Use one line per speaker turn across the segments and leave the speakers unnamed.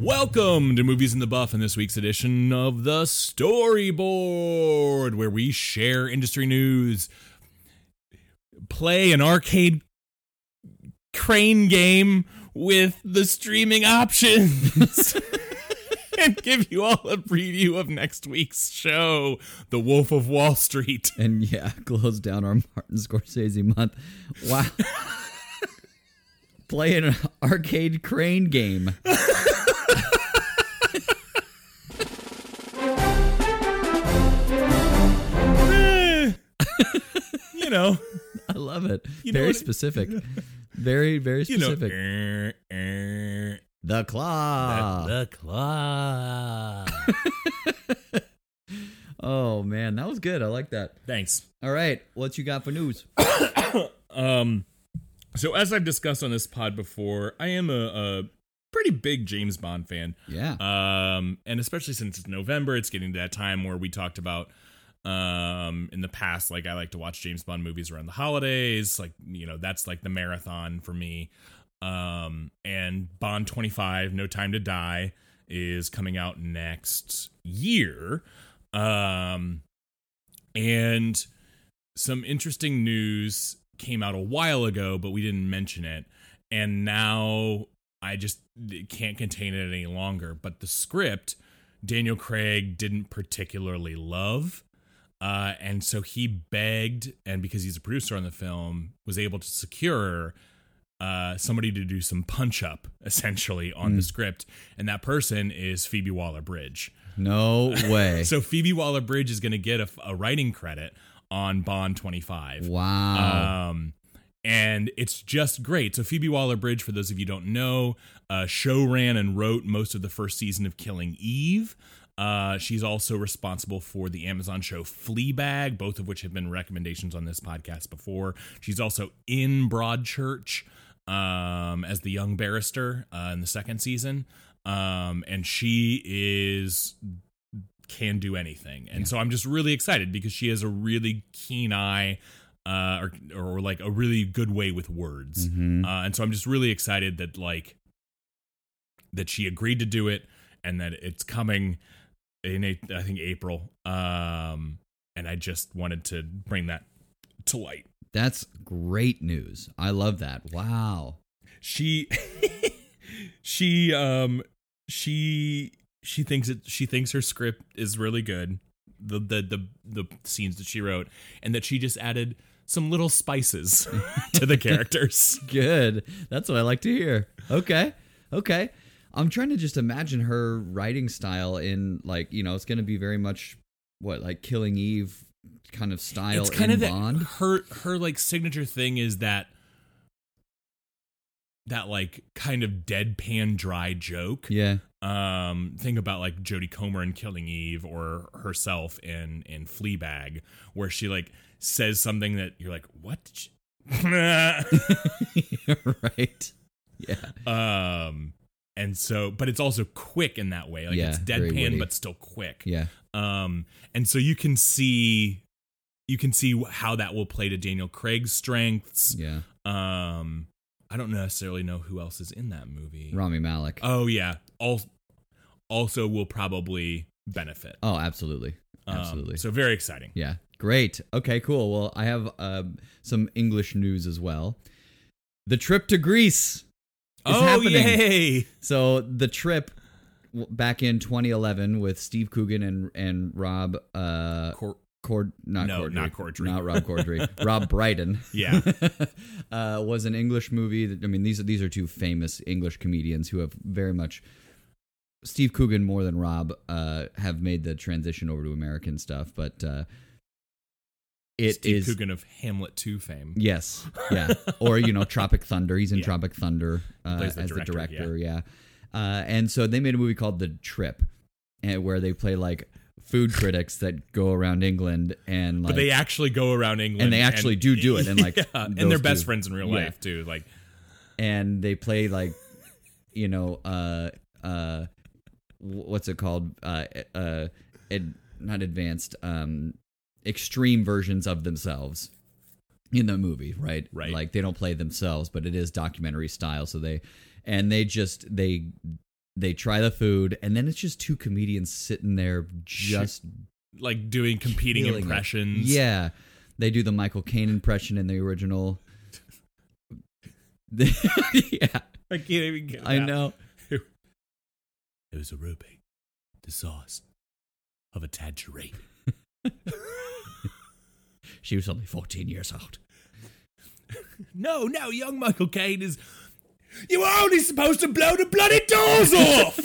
Welcome to Movies in the Buff in this week's edition of The Storyboard, where we share industry news, play an arcade crane game with the streaming options. And give you all a preview of next week's show, The Wolf of Wall Street.
And yeah, close down our Martin Scorsese month. Wow. Play an arcade crane game.
Eh. you know,
I love it.
know
very
what it-
specific. Very, very
you know.
specific. Ah.
Eh, eh.
The claw.
The claw.
oh man, that was good. I like that.
Thanks.
All right, what you got for news?
Um, so as I've discussed on this pod before, I am a, a pretty big James Bond fan.
Yeah.
Um, and especially since it's November, it's getting to that time where we talked about um in the past like I like to watch James Bond movies around the holidays, like you know, that's like the marathon for me. Um and Bond 25 No Time to Die is coming out next year. Um and some interesting news came out a while ago, but we didn't mention it. And now I just can't contain it any longer. But the script, Daniel Craig didn't particularly love. Uh, and so he begged, and because he's a producer on the film, was able to secure uh, somebody to do some punch up essentially on the script. And that person is Phoebe Waller Bridge.
No way.
So Phoebe Waller Bridge is going to get a, a writing credit on Bond 25.
wow.
Um, and it's just great. So Phoebe Waller Bridge, for those of you who don't know, uh, show ran and wrote most of the first season of Killing Eve. Uh, she's also responsible for the Amazon show Fleabag, both of which have been recommendations on this podcast before. She's also in Broadchurch um, as the young barrister uh, in the second season, um, and she is can do anything. And so I'm just really excited because she has a really keen eye uh, or, or like a really good way with words.
Mhm.
Uh, and so I'm just really excited that like that she agreed to do it and that it's coming in a, I think April. Um, and I just wanted to bring that to light.
That's great news. I love that. Wow.
she she um she she thinks it she thinks her script is really good the the the the scenes that she wrote and that she just added some little spices to the characters
Good. That's what I like to hear. Okay. Okay. I'm trying to just imagine her writing style in like, you know, it's going to be very much what like Killing Eve kind of style
it's kind
in
of that
Bond.
her her like signature thing is that that like kind of deadpan dry joke
Yeah.
um think about like Jodie Comer in Killing Eve or herself in in Fleabag where she like says something that you're like what did she-"
right. Yeah.
um and so but it's also quick in that way like
Yeah,
it's
very witty.
deadpan but still quick
Yeah.
um and so you can see you can see how that will play to Daniel Craig's strengths
Yeah.
um I don't necessarily know who else is in that movie
Rami Malik.
oh yeah Al also will probably benefit
oh, absolutely.
Um,
Absolutely.
so very exciting.
Yeah. Great. Okay, cool. Well, I have um, some English news as well. The trip to Greece It's
oh
happening.
yay!
So the trip w- back in 2011 with Steve Coogan and and Rob uh
Cor-
Cord not
No,
Cordry,
not Cordry.
not Rob Cordry Rob Brydon
Yeah.
uh, was an English movie. That, I mean these are these are two famous English comedians who have very much Steve Coogan more than Rob uh have made the transition over to American stuff, but uh it is.
Steve Coogan of Hamlet Two fame.
Yes. Yeah. or you know, Tropic Thunder. He's in
Yeah.
Tropic Thunder uh,
plays the
as the
director,
director. Yeah. Uh, and so they made a movie called The Trip, and where they play like food critics that go around England and like
But they actually go around England,
And they actually do do it, and, like,
yeah, and they're
those
best
two-
friends in real
yeah.
life too. Like
and they play like you know uh uh wh- what's it called uh uh ad, not advanced um extreme versions of themselves in the movie right
Right.
like they don't play themselves but it is documentary style so they and they just they They try the food, and then it's just two comedians sitting there just
like doing competing
Killing it.
impressions.
Yeah, they do the Michael Caine impression in the original. yeah,
I can't even get. It
I
out.
know.
It was a rupee, the sauce of a tangerine.
She was only fourteen years old.
No, no, young Michael Caine is. You were only supposed to blow the bloody doors off.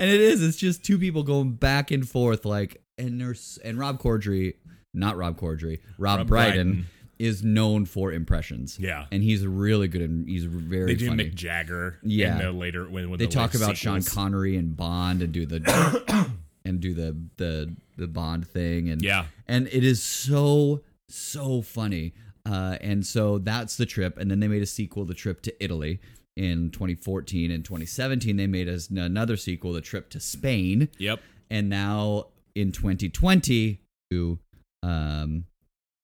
and it is. It's just two people going back and forth, like and there's and Rob Corddry, not Rob Corddry, Rob,
Rob
Brydon,
Brydon.
is known for impressions.
Yeah.
and he's really good and he's very
they do
funny.
Mick Jagger.
Yeah.
in the later when, when
they
the
talk
later
about Sean
sequels.
Connery and Bond and do the and do the the the Bond thing and
Yeah.
and it is so so funny. Uh, and so that's the trip, and then they made a sequel, the trip to Italy. In 2014 and 2017, they made us another sequel, The Trip to Spain
Yep.
and now in 2020 you um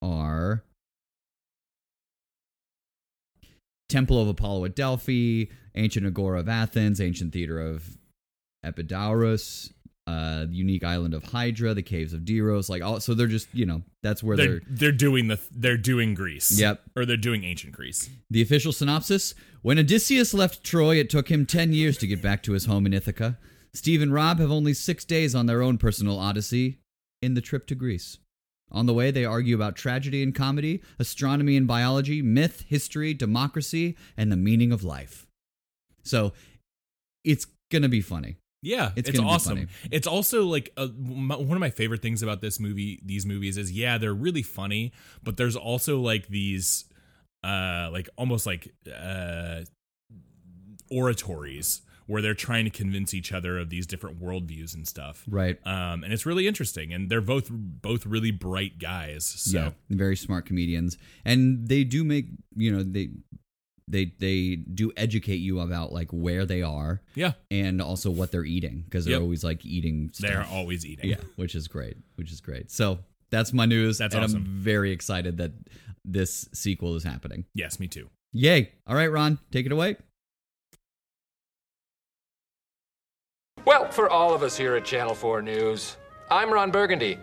are temple of apollo at delphi ancient agora of athens ancient theater of epidaurus uh unique island of hydra the caves of deros like all so they're just you know that's where
They're
they're,
they're doing the they're doing Greece.
Yep.
Or they're doing ancient Greece.
the official synopsis when odysseus left troy it took him 10 years to get back to his home in ithaca steve and rob have only six days on their own personal odyssey in the trip to Greece. On the way, they argue about tragedy and comedy, astronomy and biology, myth, history, democracy, and the meaning of life. So it's going to be funny.
Yeah,
It's
it's,
gonna be
awesome.
funny.
It's also like a, m- one of my favorite things about this movie. These movies is yeah, they're really funny, but there's also like these, uh, like almost like uh, oratories where they're trying to convince each other of these different worldviews and stuff.
Right.
Um, and it's really interesting, and they're both both really bright guys. So
Yeah. Very smart comedians. And they do make, you know, they. They they do educate you about like where they are
yeah,
and also what they're eating because they're
Yep.
always like eating stuff.
they're always eating.
Yeah, which is great. Which is great. So that's my news.
That's
and
awesome.
I'm very excited that this sequel is happening.
Yes, me too.
Yay. All right, Ron, take it away.
Well, for all of us here at Channel 4 News, I'm Ron Burgundy.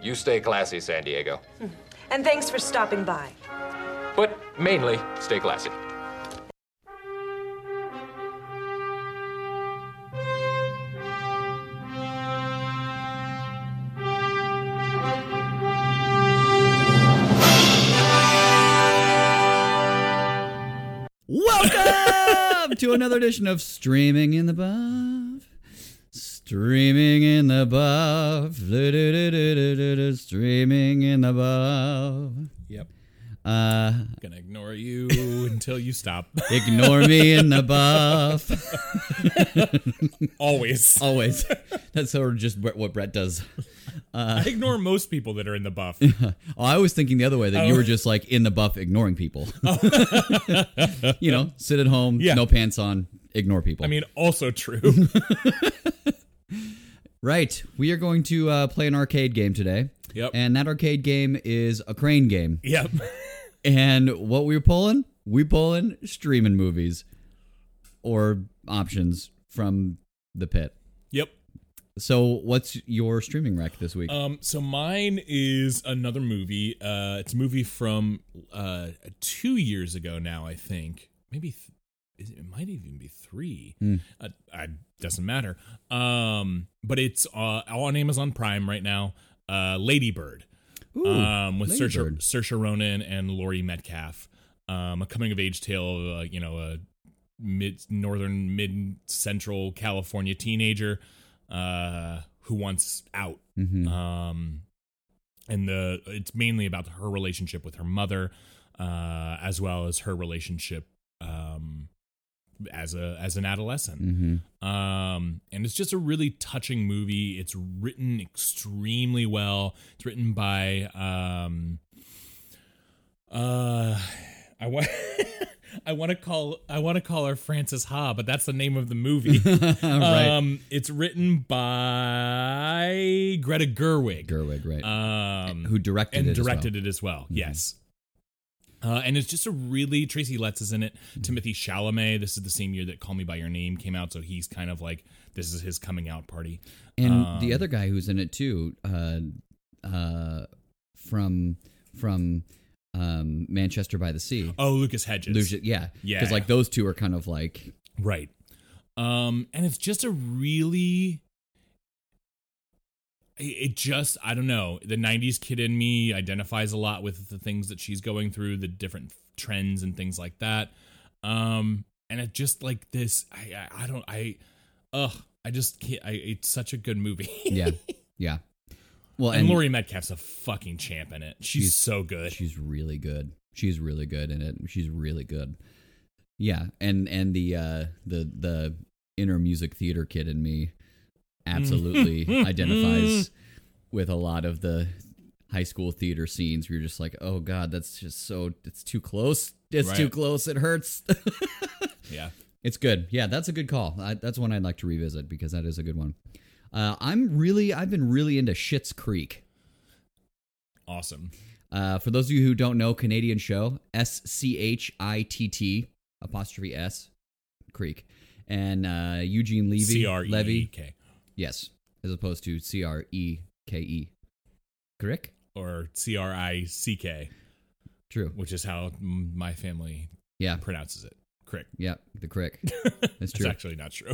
You stay classy, San Diego.
And thanks for stopping by.
But mainly, stay classy.
Welcome to another edition of Streaming in the Buff. Streaming in the Buff. Du-du-du-du-du-du-du. Streaming in the Buff.
Yep.
Uh,
Gonna ignore you until you stop.
ignore me in the Buff.
Always.
Always. That's sort of just what Brett does.
I ignore most people that are in the buff.
Oh, I was thinking the other way that
Oh.
you were just like in the buff ignoring people. you know, sit at home,
Oh. Yeah.
no pants on, ignore people.
I mean, also true.
right. We are going to uh, play an arcade game today.
Yep.
And that arcade game is a crane game.
yep.
And what we're pulling, we pulling streaming movies or options from the pit.
Yep.
So, what's your streaming rack this week?
Um, so mine is another movie. Uh, it's a movie from uh, two years ago now, I think. Maybe th- is it, it might even be three. Uh, I, doesn't matter. Um, but it's uh, on Amazon Prime right now. Uh, Ladybird. um, with
Lady
Saoirse,
Bird.
Saoirse Ronan and Laurie Metcalf. Um, a coming of age tale of uh, you know a mid northern mid central California teenager uh, who wants out. Um, and the it's mainly about her relationship with her mother, uh, as well as her relationship um, as a as an adolescent
Mhm.
um, and it's just a really touching movie. It's written extremely well. It's written by um, uh, I want I want to call I want to call her Frances Ha, but that's the name of the movie.
right.
Um, it's written by Greta Gerwig.
Gerwig, right.
Um,
Who directed
and
it as well. Mm-hmm.
directed it as well. Yes. Uh, and it's just a really Tracy Letts is in it.
Mm-hmm.
Timothy Chalamet. This is the same year that Call Me by Your Name came out, so he's kind of like this is his coming out party.
And
Um,
the other guy who's in it too, uh, uh, from from um, Manchester by the Sea,
Oh, Lucas Hedges.
Lucia- yeah,
Yeah.
because like those two are kind of like
Right. Um, and it's just a really it- it just I don't know. The 90s kid in me identifies a lot with the things that she's going through, the different trends and things like that. Um and it just like this I I, I don't I ugh, I just can't I it's such a good movie.
yeah, yeah. Well,
and, Laurie Metcalf's a fucking champ in it. She's,
She's-
so good.
She's really good. She's really good in it. She's really good. Yeah, and and the uh the the inner music theater kid in me absolutely identifies with a lot of the high school theater scenes where you're just like, "Oh god, that's just so it's too close. It's too
Right.
close. It hurts."
yeah.
It's good. Yeah, that's a good call. I, that's one I'd like to revisit because that is a good one. Uh, I'm really, I've been really into Schitt's Creek.
Awesome.
Uh, for those of you who don't know, Canadian show S C H I T T apostrophe S Creek, and uh, Eugene Levy
C R E E
Levy,
K
yes, as opposed to C R E K E, correct?
or C R I C K,
True.
which is how mm, my family
Yeah,
pronounces it. Crick.
yeah, the crick. That's
It's
true.
actually not true.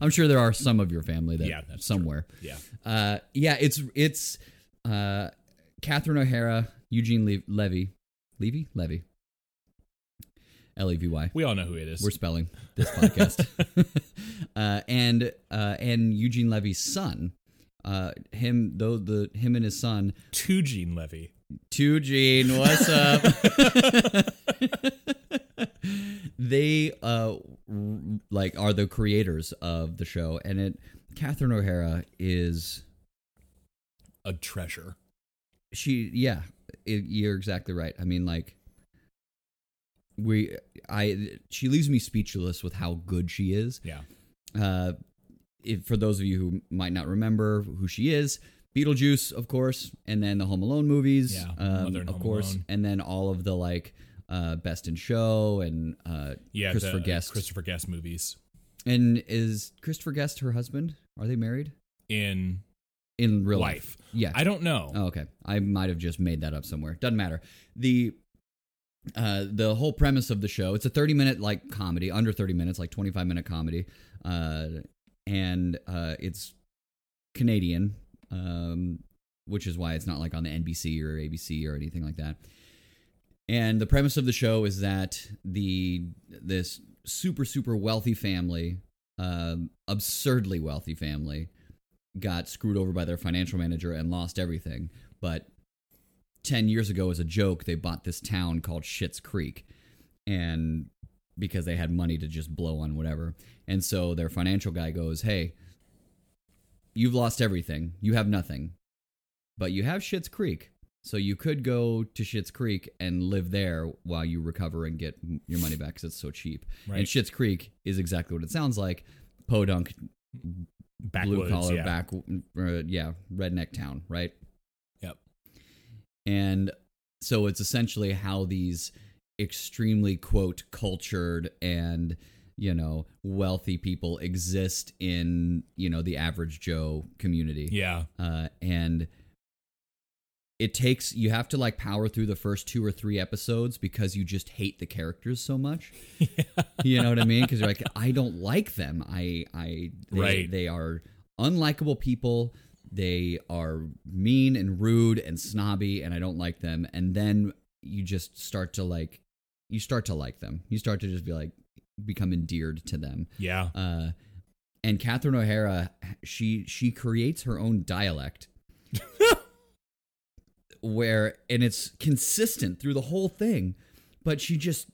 I'm sure there are some of your family that
Yeah, that's true.
somewhere.
yeah.
Uh, yeah, it's it's uh, Catherine O'Hara, Eugene Le- Levy, Levy, Levy, L E V Y.
We all know who it is.
We're spelling this podcast. uh, and uh, and Eugene Levy's son, uh, him though the him and his son,
two Gene Levy.
two Gene, what's up? they uh, r- like are the creators of the show, and it Catherine O'Hara is
A treasure.
she yeah it, you're exactly right i mean like we i she leaves me speechless with how good she is
Yeah.
uh if, for those of you who might not remember who she is beetlejuice of course and then the home alone movies
Yeah,
um,
Mother and
of
Home
course
Alone.
and then all of the like uh best in show and uh
Yeah.
christopher
the
guest
Christopher Guest movies
and is christopher guest her husband are they married
in
in real
life.
life, yeah
I don't know.
Oh, okay. I might have just made that up somewhere. Doesn't matter. The uh the whole premise of the show, it's a 30 minute like comedy, under 30 minutes, like 25 minute comedy. Uh and uh it's Canadian, um which is why it's not like on the NBC or ABC or anything like that. And the premise of the show is that the this super super wealthy family, um, absurdly wealthy family, got screwed over by their financial manager and lost everything. But 10 years ago, as a joke, they bought this town called Schitt's Creek. And because they had money to just blow on whatever. And so their financial guy goes, Hey, you've lost everything. You have nothing. But you have Schitt's Creek. So you could go to Schitt's Creek and live there while you recover and get m- your money back because it's so cheap.
Right.
And Schitt's Creek is exactly what it sounds like. Podunk blue
Backwoods.
collar
yeah.
back uh, yeah redneck town right
Yep.
and so it's essentially how these extremely quote cultured and you know wealthy people exist in you know the average joe community
Yeah.
uh, and it takes you have to like power through the first two or three episodes because you just hate the characters so much you know what i mean because you're like i don't like them i i they,
Right.
they are unlikable people they are mean and rude and snobby and i don't like them and then you just start to like you start to like them you start to just be like become endeared to them
Yeah.
uh, and Catherine O'Hara, she she creates her own dialect, where and it's consistent through the whole thing, but she just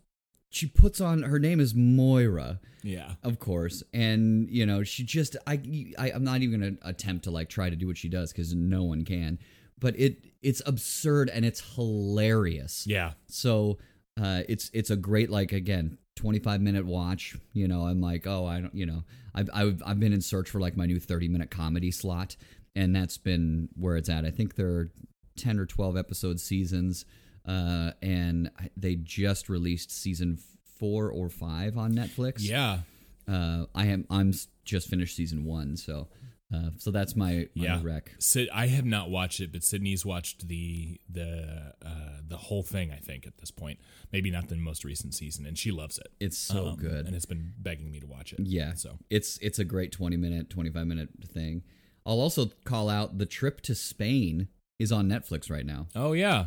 she puts on her name is Moira,
Yeah.
of course, and you know she just I, I I'm not even gonna attempt to like try to do what she does because no one can, but it it's absurd and it's hilarious.
Yeah.
So uh, it's it's a great like again 25 minute watch. You know, I'm like, oh, I don't, you know, I've I've, I've been in search for like my new 30 minute comedy slot, and that's been where it's at. I think there are 10 or 12 episode seasons. uh, and I- they just released season four or five on Netflix.
Yeah.
uh, I am. I'm s- just finished season one, so uh, so that's my, my
Yeah.
rec.
Sid, I have not watched it, but Sydney's watched the the uh, the whole thing. I think at this point, maybe not the most recent season, and she loves it.
It's so
Um,
good.
and it's been begging me to watch it.
Yeah.
So
it's it's a great 20 minute, 25 minute thing. I'll also call out the trip to Spain is on Netflix right now.
oh yeah,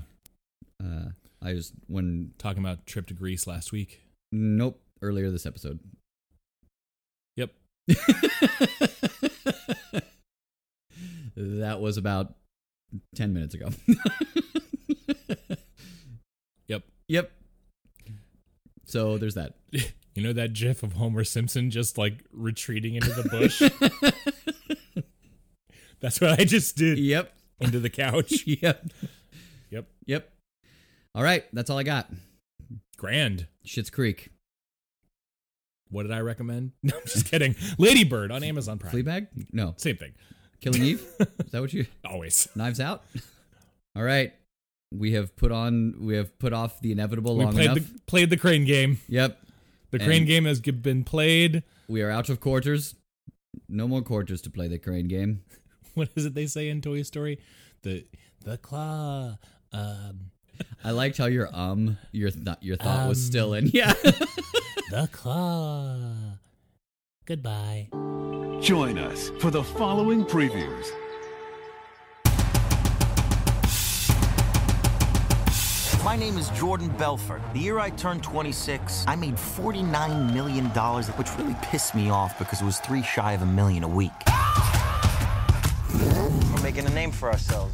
Uh, I just when
talking about trip to Greece last week.
nope earlier this episode.
Yep.
that was about 10 minutes ago.
Yep.
yep. So there's that.
You know that GIF of Homer Simpson just like retreating into the bush. That's what I just did
Yep.
into the couch.
Yep.
Yep.
Yep. All right, that's all I got.
Grand.
Shits Creek.
What did I recommend? No, I'm just kidding. Ladybird on Amazon Prime.
Fleabag? No.
Same thing.
Killing Eve? Is that what you
Always.
Knives Out? All right. We have put on we have put off the inevitable
We
long
played
enough.
the played the crane game.
Yep.
The
And-
crane game has g- been played.
We are out of quarters. No more quarters to play the crane game.
What is it they say in Toy Story? The the claw. Um,
I liked how your um your th- your thought was
Um.
still in. Yeah.
the claw. Goodbye.
Join us for the following previews.
My name is Jordan Belfort. The year I turned 26, I made $49 million, which really pissed me off because it was three shy of a million a week. We're making a name for ourselves.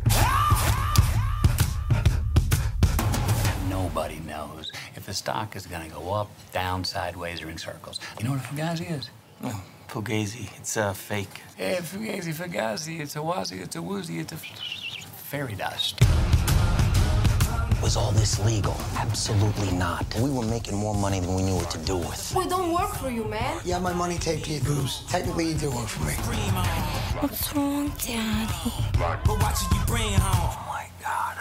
Nobody knows if the stock is going to go up, down, sideways, or in circles. You know what a fugazi is?
Oh, Fugazi, it's a uh, fake.
Eh, fugazi, fugazi, it's a wazi, it's a woozy, it's a fairy dust.
Was all this legal? Absolutely not. We were making more money than we knew what to do with.
We don't work for you, man.
You have my money taped to your boobs. Technically, you do work for me.
What's wrong, Daddy?
Oh my God.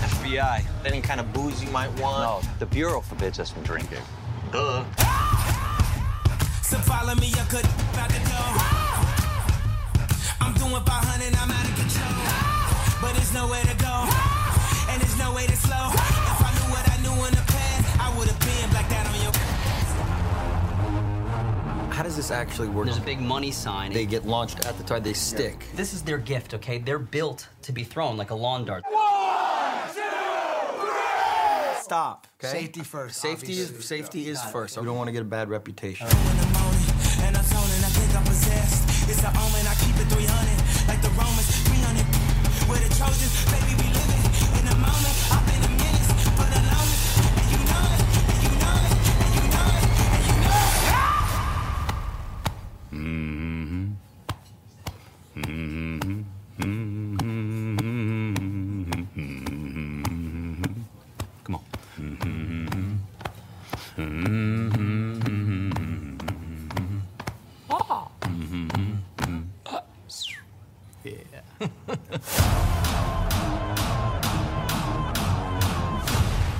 FBI, any kind of booze you might want. No, the Bureau forbids us from drinking. Duh.
So follow me, I could out the door. I'm doing 500, I'm out of control. But there's nowhere to go, and there's no way to slow. If I knew what I knew in the past, I would have been like that on your.
How does this actually work?
There's a big money sign.
They get launched at the time they stick.
this is their gift, okay? They're built to be thrown like a lawn dart.
Stop.
Safety first,
Safety
obviously.
is safety is first. We don't want to get a bad reputation.
in the morning, and I'm zoning, I think I'm possessed. It's an omen, I keep it 300, like the Romans, 300. We're the Trojans, baby, we living in the moment. I've been a menace for the longest, and you know it, and you know it, and you know it, and you know it.
Come on.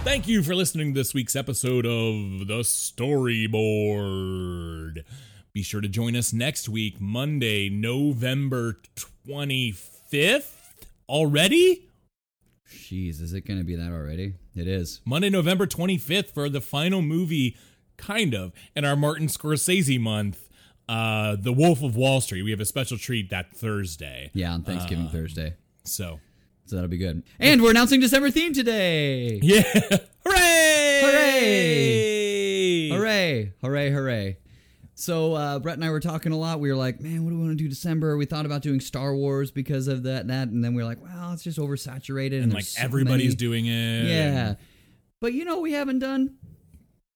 Thank you for listening to this week's episode of The Storyboard. Be sure to join us next week, Monday, November 25th. Already?
Jeez, is it going to be that already? It is.
Monday, November 25th for the final movie, kind of, in our Martin Scorsese month, uh, The Wolf of Wall Street. We have a special treat that Thursday.
Yeah, on Thanksgiving
Uh.
Thursday.
So,
So that'll be good. And we're announcing December theme today.
yeah. Hooray!
Hooray! Hooray! Hooray! Hooray! So uh, Brett and I were talking a lot. We were like, "Man, what do we want to do December?" We thought about doing Star Wars because of that, and that, and then we were like, "Well, it's just oversaturated." And,
And like
there's so
everybody's
many."
doing it.
Yeah, but you know, what we haven't done.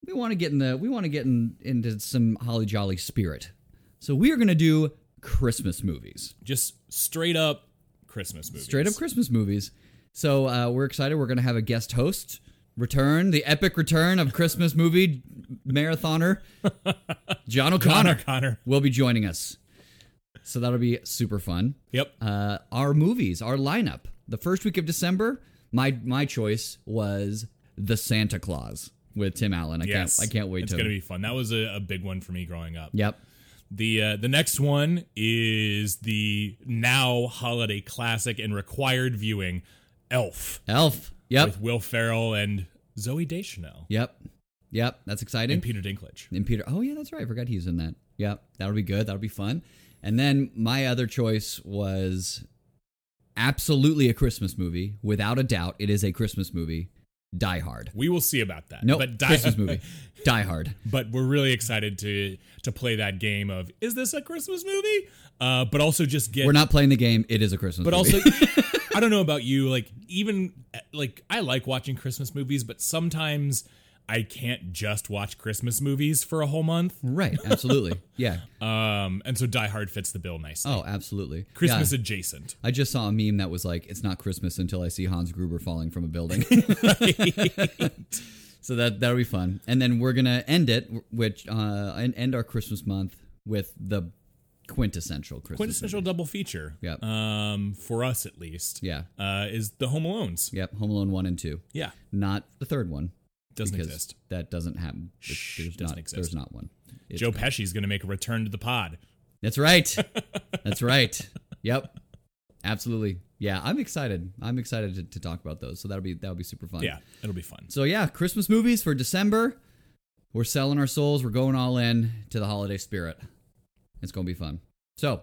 We want to get in the. We want to get in into some holly jolly spirit. So we are going to do Christmas movies
Just straight up Christmas movies.
straight up Christmas movies. So uh, we're excited. We're going to have a guest host return, the epic return of Christmas movie marathoner John
Connor.
O'Connor.
Connor.
will be joining us. So that'll be super fun.
Yep.
Uh, our movies, our lineup. The first week of December, My my choice was the Santa Claus with Tim Allen. I
yes,
can't I can't wait
It's
to.
gonna be fun. That was a, a big one for me growing up.
Yep.
The uh, the next one is the now holiday classic and required viewing, Elf.
Elf. Yep.
With Will Ferrell and Zoe Deschanel
Yep. Yep. That's exciting.
and Peter Dinklage.
And Peter. Oh yeah, that's right. I forgot he's in that. Yeah, that'll be good. That'll be fun. And then my other choice was absolutely a Christmas movie. Without a doubt, it is a Christmas movie. Die Hard.
We will see about that.
No,
but
Christmas movie. Die Hard.
But we're really excited to to play that game of is this a Christmas movie? Uh, but also just get
We're not playing the game. It is a Christmas.
But
movie.
also, I don't know about you. Like, even like I like watching Christmas movies, but sometimes I can't just watch Christmas movies for a whole month.
right, absolutely, yeah.
Um, and so Die Hard fits the bill nicely.
Oh, absolutely.
Christmas
Yeah.
adjacent.
I just saw a meme that was like, "It's not Christmas until I see Hans Gruber falling from a building." so that that'll be fun. And then we're gonna end it, which uh, and end our Christmas month with the quintessential Christmas.
Quintessential
movie.
double feature.
Yep.
Um, for us at least.
Yeah.
Uh, is the Home Alones.
Yep. Home Alone one and two,
Yeah.
not the third one.
Doesn't
because
exist.
That doesn't happen. There's-
Shh,
there's
doesn't
not.
exist.
There's not one. It's
Joe
not.
Pesci's going to make a return to the pod.
That's right. That's right. Yep. Absolutely. Yeah, I'm excited. I'm excited to, to talk about those. So that'll be that'll be super fun.
Yeah, it'll be fun.
So yeah, Christmas movies for December. We're selling our souls. We're going all in to the holiday spirit. It's going to be fun. So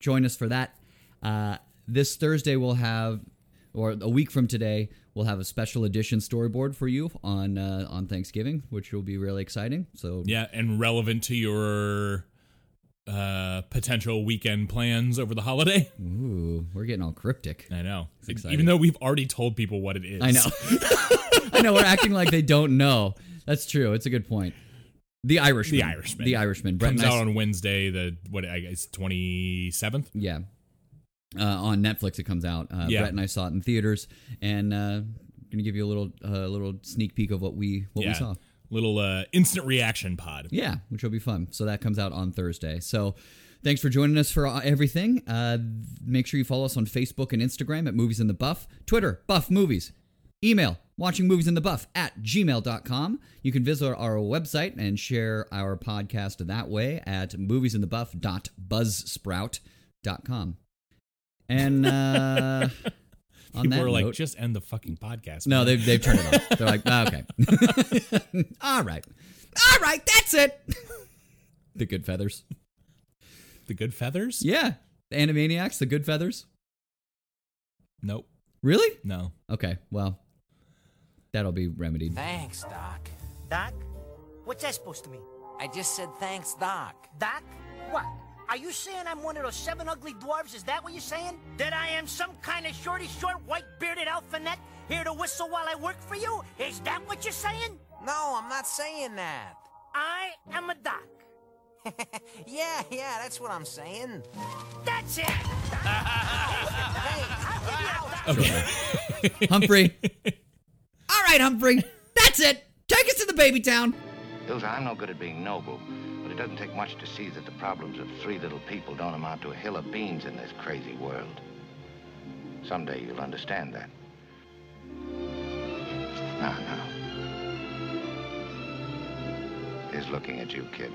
join us for that. Uh, this Thursday we'll have, or a week from today, we'll have a special edition storyboard for you on uh, on Thanksgiving, which will be really exciting. So
Yeah, and relevant to your uh potential weekend plans over the holiday.
ooh, we're getting all cryptic.
I know.
exciting.
Even though we've already told people what it is.
I know. I know. We're acting like they don't know. That's true. It's a good point. The Irishman.
The Irishman.
The Irishman. Brett
Comes
and I-
out on Wednesday, the what I guess twenty seventh.
yeah. Uh, on Netflix, it comes out. Uh,
Yeah.
Brett and I saw it in theaters, and uh, gonna give you a little uh, little sneak peek of what we what
yeah.
we saw.
Little uh instant reaction pod.
Yeah, which will be fun. So that comes out on Thursday. So thanks for joining us for uh, everything. Uh, make sure you follow us on Facebook and Instagram at Movies in the Buff, Twitter, Buff Movies, email, watching movies in the buff at gmail.com. You can visit our website and share our podcast that way at moviesinthebuff.buzzsprout.com. And uh, on
People
that
are like,
note-
just end the fucking podcast.
no,
man."
they've, they've turned it off. They're like, "Ah, okay. All right. All right. That's it. the Good Feathers.
the good feathers?
Yeah. The Animaniacs, The Good Feathers.
Nope.
Really?
No.
Okay. Well, that'll be remedied.
Thanks, Doc.
Doc? What's that supposed to mean?
I just said thanks, Doc.
Doc? What? Are you saying I'm one of those seven ugly dwarves? Is that what you're saying? That I am some kind of shorty short, white bearded alphanet here to whistle while I work for you? Is that what you're saying?
No, I'm not saying that.
I am a doc.
Yeah, yeah, that's what I'm saying.
That's it!
Humphrey. All right, Humphrey. That's it. Take us to the baby town.
Hilda, I'm no good at being noble, but it doesn't take much to see that the problems of three little people don't amount to a hill of beans in this crazy world. Someday you'll understand that. Now, now. Here's looking at you, kid.